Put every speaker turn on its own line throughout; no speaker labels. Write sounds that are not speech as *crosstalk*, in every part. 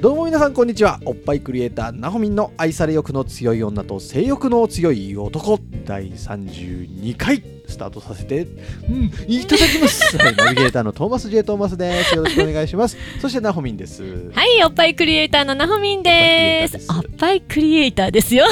どうも皆さんこんにちはおっぱいクリエイターなほみんの愛され欲の強い女と性欲の強い男第32回スタートさせてうんいただき
*laughs*
ます、はい、ナビゲーターのトーマス J トーマスですよろしくお願いしますそしてなほみんですい
はい、おっぱいクリエイターのなほみんです。
お
お
っ
っぱいクリエイターですよ。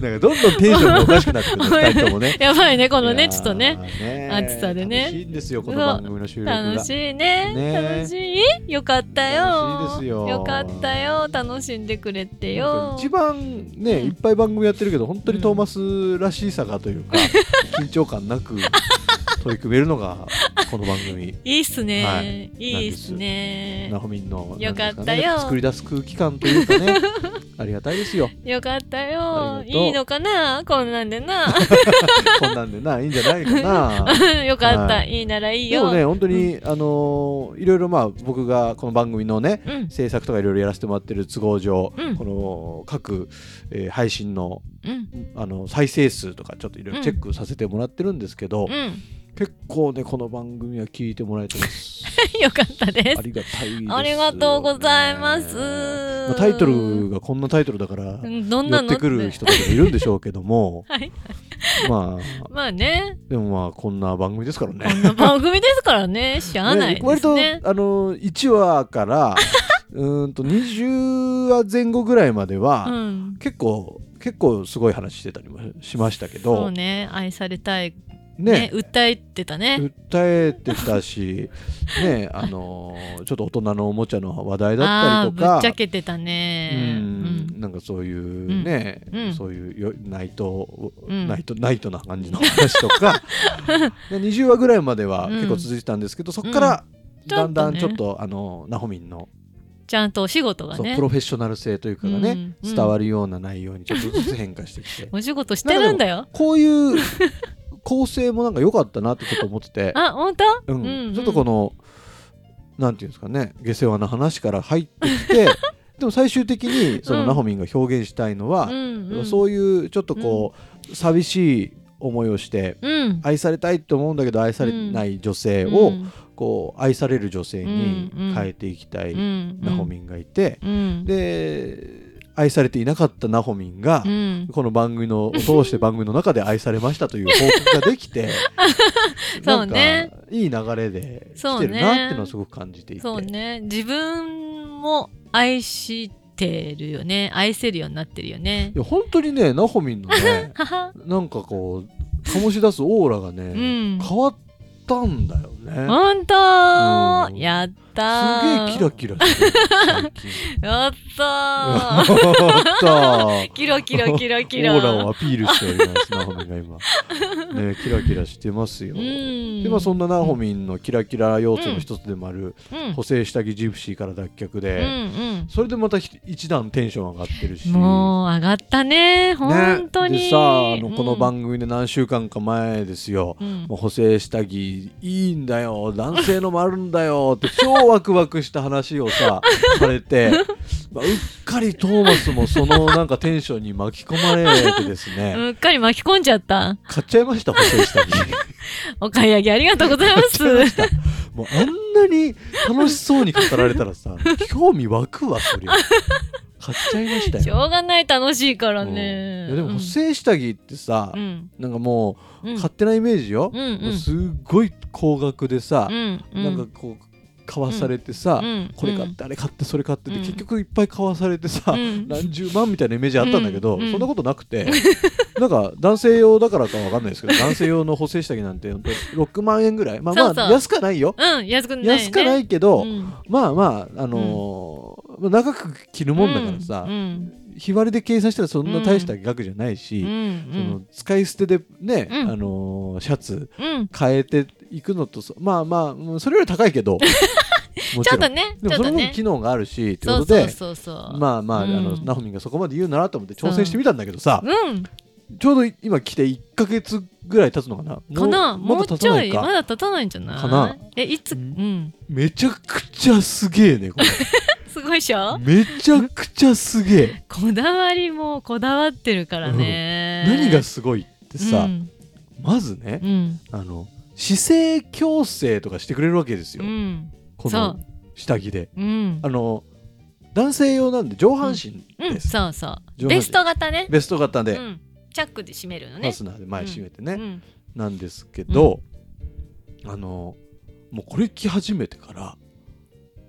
なんかどんどんテンションがおかしくなってくる二人とも
*laughs*
ね
やばいね、この
いや
ね、
ー
ちょっとね。
ね
暑さでね
楽しいんですよこの番組の収録が
楽しいね
ね
楽しいよかったよ。
楽しいですよ
かったよ。楽しんでくれてよ。
一番ね、
うん
いっぱい番組やってるけど本当にトーマスらしさがというか、緊張感なく取り組めるのがこの番組
いいっすね。
はい
い、いっす
な
ね。
ほみんの
よかったよ
なんですかね作り出す空気感というかねありがたいですよ
よかった
あ
よ。
りがとう
いいのかなこんなん
*laughs*
でな。
こんなんでないいんじゃないかな。
よかった。
はい
いならいい
でも
*laughs* よ。
ね本当に、あのーいろいろまあ僕がこの番組のね
うん。
制作とかいろいろやらせてもらってる都合上、
うん
この各、えー配信の
うん。
あの再生数とかちょっといろいろチェックさせてもらってるんですけど、
うん。 *laughs*
結構ねこの番組は聞いてもらえてます
*laughs* よかったです
あ。りがたいです
ありがとうございます
まあタイトルがこんなタイトルだから
うんどん
寄
な
っ
の
てくる人とかもいるんでしょうけども
はい。
まあ
まあね。
でもまあこんな番組ですからね
こんな番組ですか
*laughs*
らね、知らないで
割
す
とあ
ね。
の1話からうーんと20話前後ぐらいまでは、
うん。
結構結構すごい話してたりもしましたけ
そ
ど
うね、愛されたい、
ね
ね、訴えてたね。
訴えてたしねあのーちょっと大人のおもちゃの話題だったりと
あーぶ
か
っちゃけてた
う
ね。
んなんかそういうね、
うんうん
そういうよナイト、
うん
ナイトナイトな感じの話と
*laughs*
かで20話ぐらいまでは
うん
結構続いてたんですけど、そこから
ちょ
だ
っとね
んだんちょっとあのナホミンの、
ちゃんとお仕事が
そう
ね
プ。ロフェッショナル性というかがね、
うんうん
伝わるような内容にちょっとずつ変化してきて
お仕事してるんだよ。
こういう構成もなんか良かったなってちょっと思って
*laughs*
て。
あ、本当
うん
うんうん
ちょっとこのなんていうんですかね下世話な話から入ってき
*laughs*
てでも最終的にその
うん
ナホミンが表現したいのは
う、んうん。
そういうちょっとこう、寂しい思いをして
うん。
愛されたいと思うんだけど愛されない女性を、
うん
こう愛される女性に変えていきた
う
い
ん。
ナホミンがいて、
うん。
で愛されていなかったナホミンが、
うん。
この番組のを通して番組の中で愛されましたという報告ができて
*laughs* そう
なん
ね
かいい流れで来てるなっていうのはすごく感じていて、
そうね。自分も愛してるよね。愛せるようになってるよね
い。や本当にねナホミンの
*laughs*
ね
はは。
なんかこう醸し出すオーラがね、
うん
変わったんだよね。
ほんと
うん
やった
すげ
ー
えキラキラしてる最
*laughs*
近
やったー
*laughs* おっと
キラキラキラキラ。
オーラをアピールしておりますナホミンが今、ね、キラキラしてますよ。
うん。
でまあ、そんなナホミンのキラキラ要素の一つでもある、
うん
補正下着ジプシーから脱却
う
で、
ん
それでまたひ一段テンション上がってる
う
し
ん。もう上がったね。
ね
本当に。
でさあのこの
組。
番組で何週間か前ですよ、
うん
もう補正下着いいんだよ男性のもあるんだよって超ワクワクした話をさ
*laughs*
されて、まあ、うっかりトーマスもそのなんかテンションに巻き込まれてですね、
うっかり巻き込んじゃった。
買っちゃいました補正下着
お買い上げありがとうござ
*laughs*
います。
もうあんなに楽しそうに語られたら
*laughs*
さ興味湧くわそりゃ買っちゃいましたよ
しょうがない楽しいから
うん
ね
い。やでも補正下着ってさ、
うん。
なんかも
う。
うん勝手なイメージよ、
うんうん
もうすっごい高額でさ
う、ん。う
なんかこう買わされてさ、
うん
これ買ってあれ買ってそれ買ってって、
うん
結局いっぱい買わされてさ、
うん
何十万みたいなイメージあったんだけど、
うんうん
そんなことなくてなんか男性用だからかわかんないですけど男性用の補正下着なんてほんと6万円ぐらいまあま
そうそ
あ
う
安くはないよ
うん。安くない、ね。。
安くはないいけど、
うん。
まあまああのーまあ長く着るもんだからさ、
うん。
日割りで計算したらそんな大した額じゃないし、
うん。
その使い捨てでね、
うん
あのーシャツ
うん。うん。 *laughs*
変えていくのとそまあまあうんそれより高いけども
ちょっと
ん
ね
で
ち
も
ょ
そ
っと
の分
ね
機能があるしという
そ
こと
うそう
で
そうそう
まあまあ、
うん
あのナホミンがそこまで言うならと思って挑戦してみたんだけどさ、
うん
ちょうど今来て1か月ぐらい経つのかなもう
かな
ま
も
だ
う
経
ち
た
ょ
ない
い
か
まだ経たないんじゃない
かな
えいつ
う
うんん
めちゃくちゃすげえねこれ
すごいでしょ
めちゃくちゃすげえ
こだわりもこだわってるからね
何がすごいってさ、
うん
まずね
うん
あの姿勢矯正とかしてくれるわけですよ、
うん
こ
そ
の
う
下着で
うん
あの男性用なんで上半身
う
で
ん
す、
そうそう
上半身
ベスト型ね
ベスト型
う
で、
んチャックで締めるの
ファ
ね
スナーで前閉めてね、
うん
なんですけど、あのもうこれ着始めてから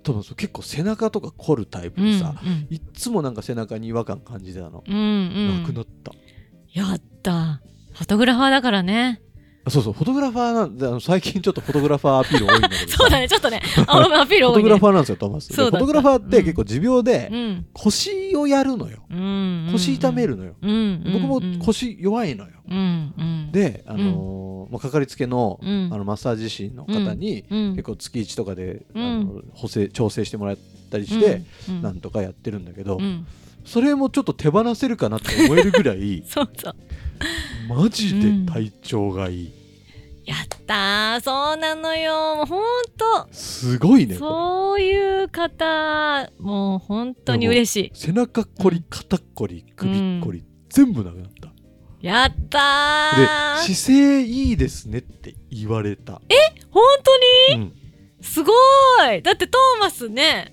多分そう結構背中とか凝るタイプ
うん
で
うん
さ、いっつもなんか背中に違和感感じてたの、
うんうん
なくなった
やったフォトグラファーだからね
あそうそうフォトグラファーなんであの最近ちょっとフォトグラファーアピール多いんだけどさ
*laughs* そうだねちょっとねあアピー
フ
ル
ォ
多
ト
い
グラ
ね
ファーなんですよトーマスで
そうだっ
フ
た
ォトグラファーって結構持病で
うん
腰をやるのよ、
うんうん
腰痛めるのよ、
うんうんうん
僕も腰弱いのよ、
うんうん
で、あのーまあ、かかりつけの,、
うん
あのマッサージ師の方に、
うん
結構月1とかで、
うん
あの補正調整してもらったりして、
うん
なんとかやってるんだけど、
うん
それもちょっと手放せるかなって思えるぐらい
そう *laughs* そう
マジで体調がいい、
やったーそうなのよもうほんと
すごいねこ
そういう方もう本当に嬉しい
れ背中こり肩こり首こり、全部なくなった
やった
で
ー
姿勢いいですねって言われたえ、
本当に
うん
すごいだってトーマスね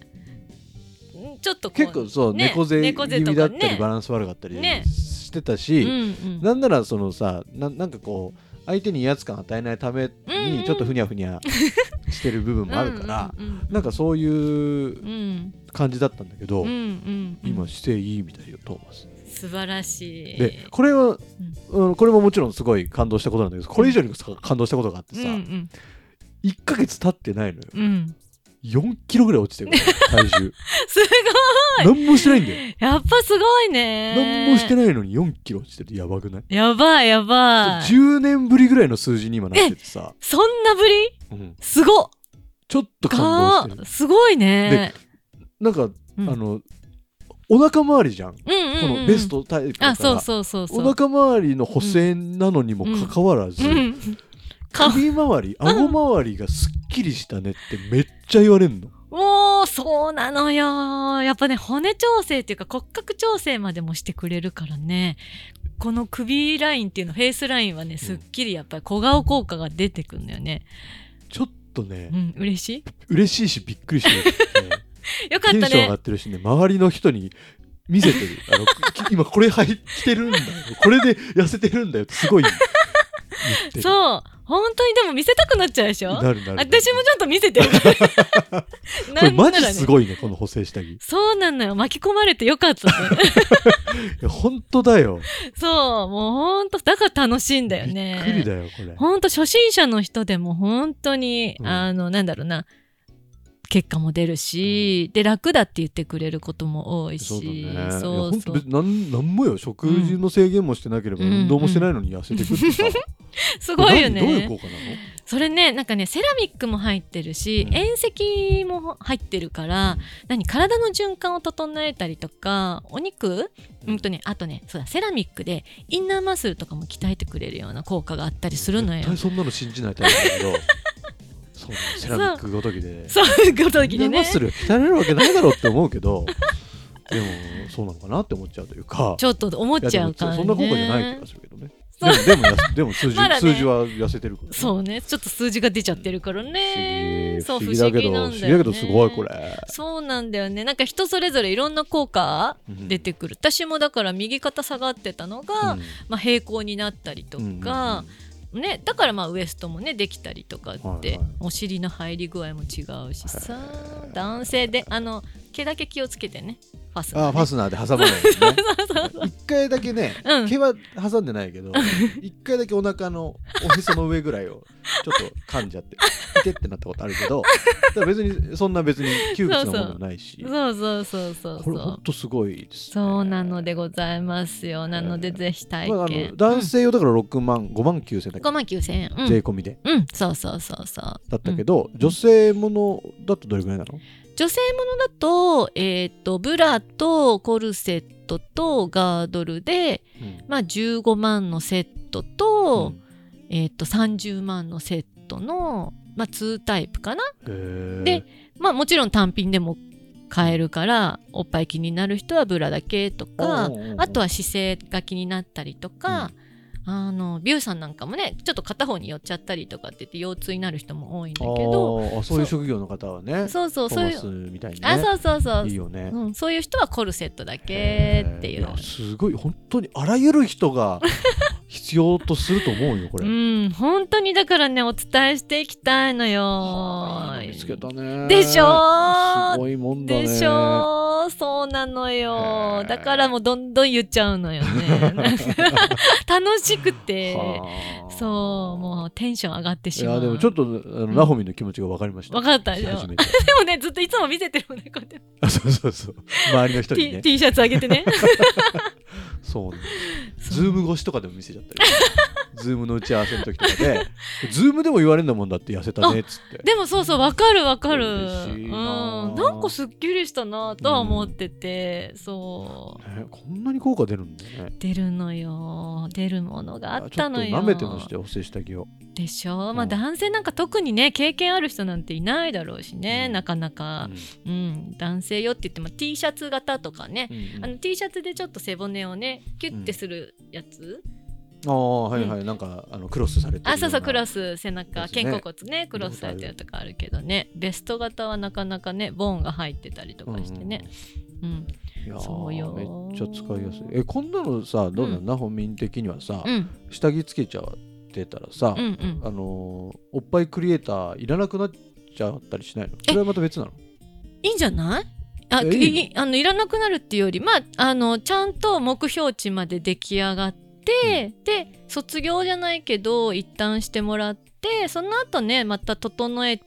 んちょっとこう
結構そう、
ね
猫背
猫
気
背と
味だ
か
ったり、
ね
バランス悪かったり
ね
してた
う
し、
んうん
なんならそのさななんかこう相手に威圧感与えないため
うんう
に
ん
ちょっとふにゃふにゃしてる部分もあるから、
うんうん
なんかそういう
うん
感じだったんだけど、
うんうんうん
今姿勢いいみたいよトーマス。
素晴らしい
でこれは、うん、これももちろんすごい感動したことなんだけどこれ以上にさ感動したことがあってさ、
うん
1ヶ月経ってないのよ
うんうん
4キロぐらい落ちてるから体重
すごい
何もしてないんだよ
やっぱすごいね
何もしてないのに4キロ落ちてるやばくない
やばいやばい
10年ぶりぐらいの数字に今なっててさ、
そんなぶり
うん、
すごっ
ちょっと感動
か
してる
すごいね
なんか
うん
あのお腹周りじゃん、
うんうんうん
このベストタイプだ
あ
から
そうそうそうそう
お腹周りの補正なのにもかかわらず、
うんか
首周り顎周りがすっきりしたねってめっちゃ言われんの
もうそうなのよやっぱね骨調整っていうか骨格調整までもしてくれるからねこの首ラインっていうのフェイスラインはねすっきりやっぱり小顔効果が出てくるんだよね
ちょっとね
う、ん嬉し
嬉しいしびっくりしてる、
*laughs*
ね
いよかっ
テン
た
ション上
ね
がってるしね周りの人に見せてるあの *laughs* き今これはい着てるんだよこれで痩せてるんだよってすごい言ってる
そう本当にでも見せたくなっちゃうでしょ
なるなるなる
私もちょっと見せ
*laughs*
てる
これマジす
い
ごいねこの補正下着い
そうなのよ巻き込まれてよかっ
*laughs*
たね
や本当だよ
そうもうほんとだから楽しいんだよ
び
ね
っくりだよこれ
ほんと初心者の人でも本当に、
うん
あのなんだろうな結果も出るし、で楽だって言ってくれることも多いし
そうだね。
そ
いや
う
本
そ
当
う
別になんなんもよ食事の制限もしてなければ、
うん
運動もしてないのに痩せてくってさ。
*laughs* す
す
ごいよ
どういう
ね
効果なの？
それねなんかねセラミックも入ってるし、
うん
遠赤も入ってるから、何体の循環を整えたりとかお肉、うん、とねあとねそうだセラミックでインナーマッスルとかも鍛えてくれるような効果があったりするのよ
絶対そんなの信じないタイプだけ
*laughs*
ど。そうセラミックごときで。
そういうこと
イ
き
ンナー
で
マッ
ね
スルが鍛えられるわけないだろうって思うけど、 *laughs* でもそうなのかなって思っちゃうというか。
ちょっと思っ
いや
ちゃ
で
う
も
からね
そんな効果じゃない気がするけどね。で
そ
もでもやすでも数字
*laughs* まだね
数字は痩せてるからね。
そうね、ちょっと数字が出ちゃってるからね。
不
そう
思議不思議だけど不
な
思
ん
議
よ
だけどすごいこれ。。
そうなんだよね。なんか人それぞれいろんな効果
うん
出てくる。私もだから右肩下がってたのが、
うん
まあ平行になったりとか、ね、だからまあウエストもねできたりとかって、
はいはい
お尻の入り具合も違うしさ
へ、ー
男性であの毛だけ気をつけてねファスナー、
あ
ね、
ーファスナーで挟まないですね
*laughs* そうそう
一回だけね
うん
毛は挟んでないけど一回だけお腹のおへその上ぐらいをちょっと噛んじゃっていてってなったことあるけどだから別にそんな別に窮屈なものでもないし
そうそうそうそう
これ
そ
ほん
う
とすごいです、ね、
そうなのでございますよなのでぜひ体
まあ、あ
験
の男性用だから6万5万9千だっけ
5万9000円う
税
ん
込みで
うん、そうそうそうそう
だったけど、女性ものだとどれぐらいなの
女性ものだと,、えー、とブラとコルセットとガードルで、まあ、15万のセットと,、えー、と30万のセットの、まあ、2タイプかな、
うんへ
で
ー
まあ、もちろん単品でも買えるからおっぱい気になる人はブラだけとか
うんうんうんうん
あとは姿勢が気になったりとか、あの美容師さんなんかもねちょっと片方に寄っちゃったりとかって言って腰痛になる人も多いんだけど
あーあそういう職業の方はね
そうそう
ト
そう
マ
いう
スみたいにね
あそうそうそう
いいよね、
うん、そういう人はコルセットだけっていう
や。すごい本当にあらゆる人が必要とすると思うよこれ、は
うん、本当にだからね、お伝えしていきたいのよ
あ。見つけたね
でし
す
ょ
ごいもんだね
でしょそうなの
へ
よ
ー。
だからもうどんどん言っちゃうのよ
*laughs*
ね。なんか楽しくて、
はあ
そう、もうテンション上がって
い
しまう。
やでもちょっとあの
ん
ラホミンの気持ちが分かりました
分かったでしょ
初めて
でもね、ずっといつも見せてるもんね、こうやって
あそうそうそう周りの人
*laughs*
に
T,
ね
T シャツ上げてね。
そうね
そう
ズーム越しとかでも見せちゃったりズームの打ち合わせの時とかでズームでも言われるんだもんだって痩せたねっつって
でもそうそうわかるわかる
嬉しいなあ
うん、なんかすっきりしたなとは思ってて、そう
ねこんなに効果出るんだね
出るのよ出るものがあったの
ち
よ
ょっと舐めてましたよお世下着を
でしょ、ま
う
あ
ん
男性なんか特にね経験ある人なんていないだろうしね、
うん
なかなか、うん男性よって言っても T シャツ型とかね、あの T シャツでちょっと背骨をねキュッてするやつ、
ああはいはい、なんかあのクロスされてるよな
あそうそうクロス背中、
やつね
肩甲骨ねクロスされてるとかあるけどねベスト型はなかなかねボンが入ってたりとかしてね、うん
うんうん、いやー
そうよー
めっちゃ使いやすいえこんなのさどうなの、ナホミン的にはさ、
うん
下着つけちゃってたらさ、
うんうん、
あのーおっぱいクリエイターいらなくなっちゃったりしないのそれはまた別なの
いいんじゃないあ
え
い
いいの
いあのいらなくなるっていうよりまああのちゃんと目標値まで出来上がって、で卒業じゃないけど一旦してもらってその後ねまた整え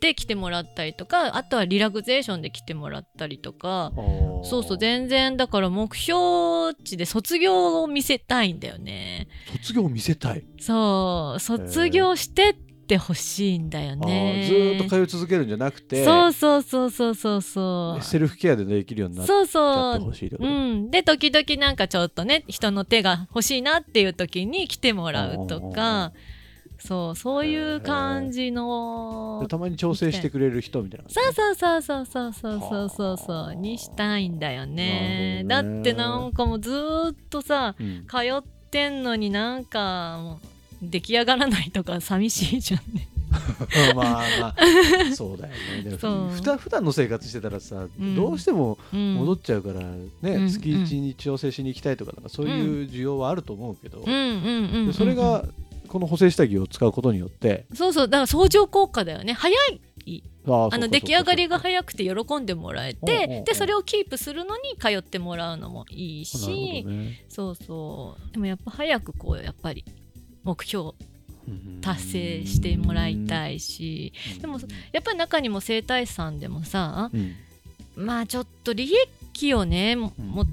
て来てもらったりとかあとはリラクゼーションで来てもらったりとか
あー
そうそう全然だから目標値で卒業を見せたいんだよね
卒業を見せたい、
そう卒業してってほしいんだよ
あ
ね
ーずーっと通い続けるんじゃなくて
そうそうそうそうそうそう
セルフケアでできるようになっち
そう
ゃ
そ
って
う
ほしいってこ
う
と
ん、で時々なんかちょっとね人の手が欲しいなっていう時に来てもらうとかそうそういう感じの
でたまに調整してくれる人みたいな感じ
そうそうそうそうそうそうそうそうそうにしたいんだよね
な
だ
るほどね
ってなんかもうずーっとさ
うん *laughs*
通ってんのになんかもう出来上がらないとか寂しいじゃんね。
まあまあそうだよねで
そう
もふた普段の生活してたらさ、
うん
どうしても
うん
戻っちゃうからね、
ん
月1に調整しに行きたいとかなんかそういう需要はあると思うけど、
うんうんうんうんうん
でそれがこの補正下着を使うことによって
そうそうだから相乗効果だよね早い
あ
あの出来上がりが
い
早くて喜んでもらえ
うんうんう
て
ん
でそれをキープするのに通ってもらうのもいいし、
ね
そうそうでもやっぱ早くこうやっぱり目標
うん
達成してもらいたいし
うん
でもやっぱり中にも整体師さんでもさ
うん
まあちょっと利益をねもも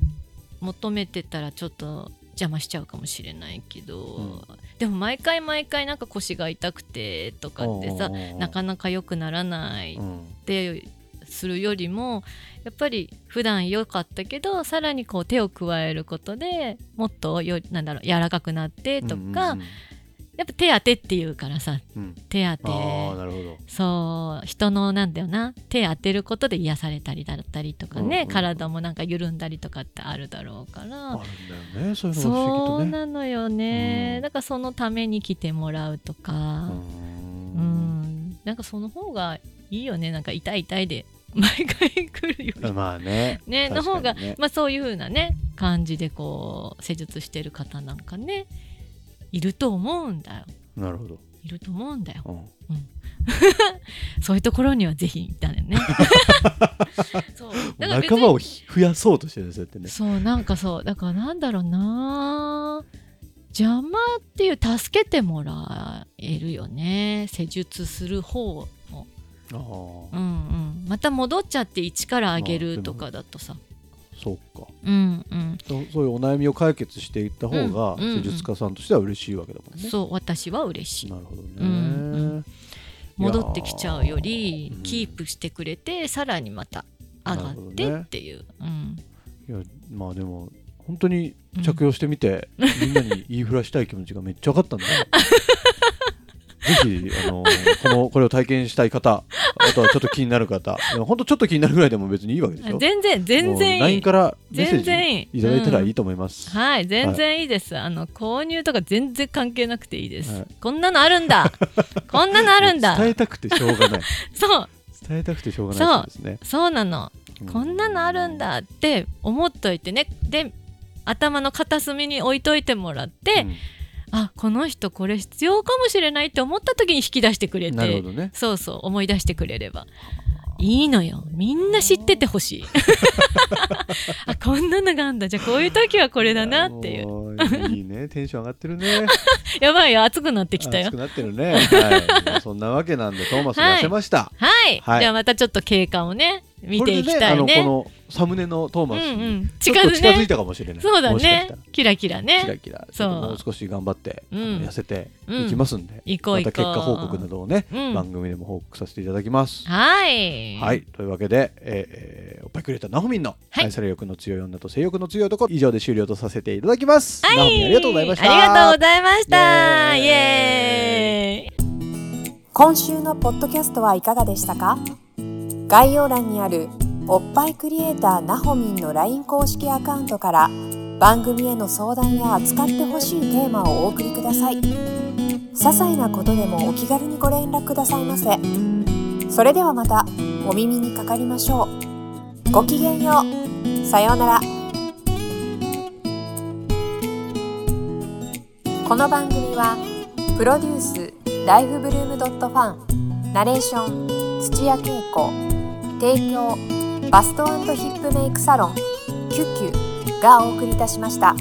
求めてたらちょっと邪魔しちゃうかもしれないけど、
うん
でも毎回毎回なんか腰が痛くてとかってさなかなか良くならない
うん
ってするよりもやっぱり普段良かったけどさらにこう手を加えることでもっとよなんだろう柔らかくなってとか、
うん
やっぱ手当てっていうからさ
うんうん
手当
ああ
て
なるほど
そう人のなんだよな手当てることで癒されたりだったりとかね、
うんうん
体もなんか緩んだりとかってあるだろうか
あ。
ら
るんだよねそういうのが不
そ
思
う
議とね
なのよね、
うん
だからそのために来てもらうとか、う
うん
んなんかその方がいいよねなんか痛い痛いで毎回来るより
まあね
ねの
確
方
か
が、
にね
まあそういう風なね感じでこう施術してる方なんかねいると思うんだよ
なるほど
いると思うんだよ、
うん
うん、そういうところにはぜひいたい
*laughs*
ねそうだから別
仲
に
間をひ増やそうとしてるんですよってね
そうなんかそうだからなんだろうな邪魔っていう助けてもらえるよね施術する方も、
ああ
うんうん、また戻っちゃって一から上げ
まあでも
るとかだとさ、
そうか
うんうん
そそういうお悩みを解決していった方が
うんうんうん
施術家さんとしては嬉しいわけだもんね、
そう私は嬉しい
なるほどね、
うんう戻ってきちゃうよ
い
り
やー
キープしてくれてさらにまた上がってっていう、うん
いやまあでも本当に着用してみて、みんなに言いふらしたい気持ちがめっちゃ上がったんだ
*laughs*
ねぜひあのこのこれを体験したい方あとはちょっと気になる方いや本当ちょっと気になるぐらいでも別にいいわけでしょ
全然全
もう
然い
LINE
い
からメッセー
全
ジ
然いい
いただいたら
うん
いいと思います、
はい、全然いいです。あの購入とか全然関係なくていいです。
はい
こんなのあるん
*laughs*
だ。こんなのあるんだ。
伝えたくてしょうがない
そう、
伝えたくてしょうがない人ですね
そうなの。
う
こんなのあるんだって思っといてね。で、頭の片隅に置いといてもらって、あ、この人これ必要かもしれないって思った時に引き出してく
う
れ
んなるほ
て、
どね
そうそう思い出してくれれば。いいのよみんな知ってて
*laughs*
ほしいあこんなのがあんだじゃあこういう時はこれだなっていう
ういいねテンション上がってる
*laughs*
ね
やばいよ熱くなってきたよ
熱くなってるね、はいまあ、そんなわけなんでトーマス痩せました、
はい、
はい
じゃあまたちょっと経過をね見ていきたい
これで
ね
あのこのサムネのトー
う
マス
んう
に
ん
ち
近
ょっと
づ
近づい
ね
たかもしれない、
そうだ
もしかした
ね
ら
キラキラ
キラ
ね
キラち
そ
ょ
う
っともう少し頑張って、
うん
あの痩せて
うん
いきますんで、
行こう
ま
行
た
こう
結果報告などをね、
うん
番組でも報告させていただきます。
はい
はいというわけで、えーえーおっぱいくれたなほみんの
はい
愛され欲の強い女と性欲の強い男以上で終了とさせていただきます。
はい
なほみんありがとうございました。
ありがとうございました
イ
イ
エ
エーイ
今週のポッドキャストはいかがでしたか概要欄にあるおっぱいクリエイターなほみんの LINE 公式アカウントから番組への相談や扱ってほしいテーマをお送りください些細なことでもお気軽にご連絡くださいませそれではまたお耳にかかりましょうごきげんようさようならこの番組は「プロデュースライフブルームドットファンナレーション土屋恵子提供バストヒップメイクサロン「キュッキュ」がお送りいたしました。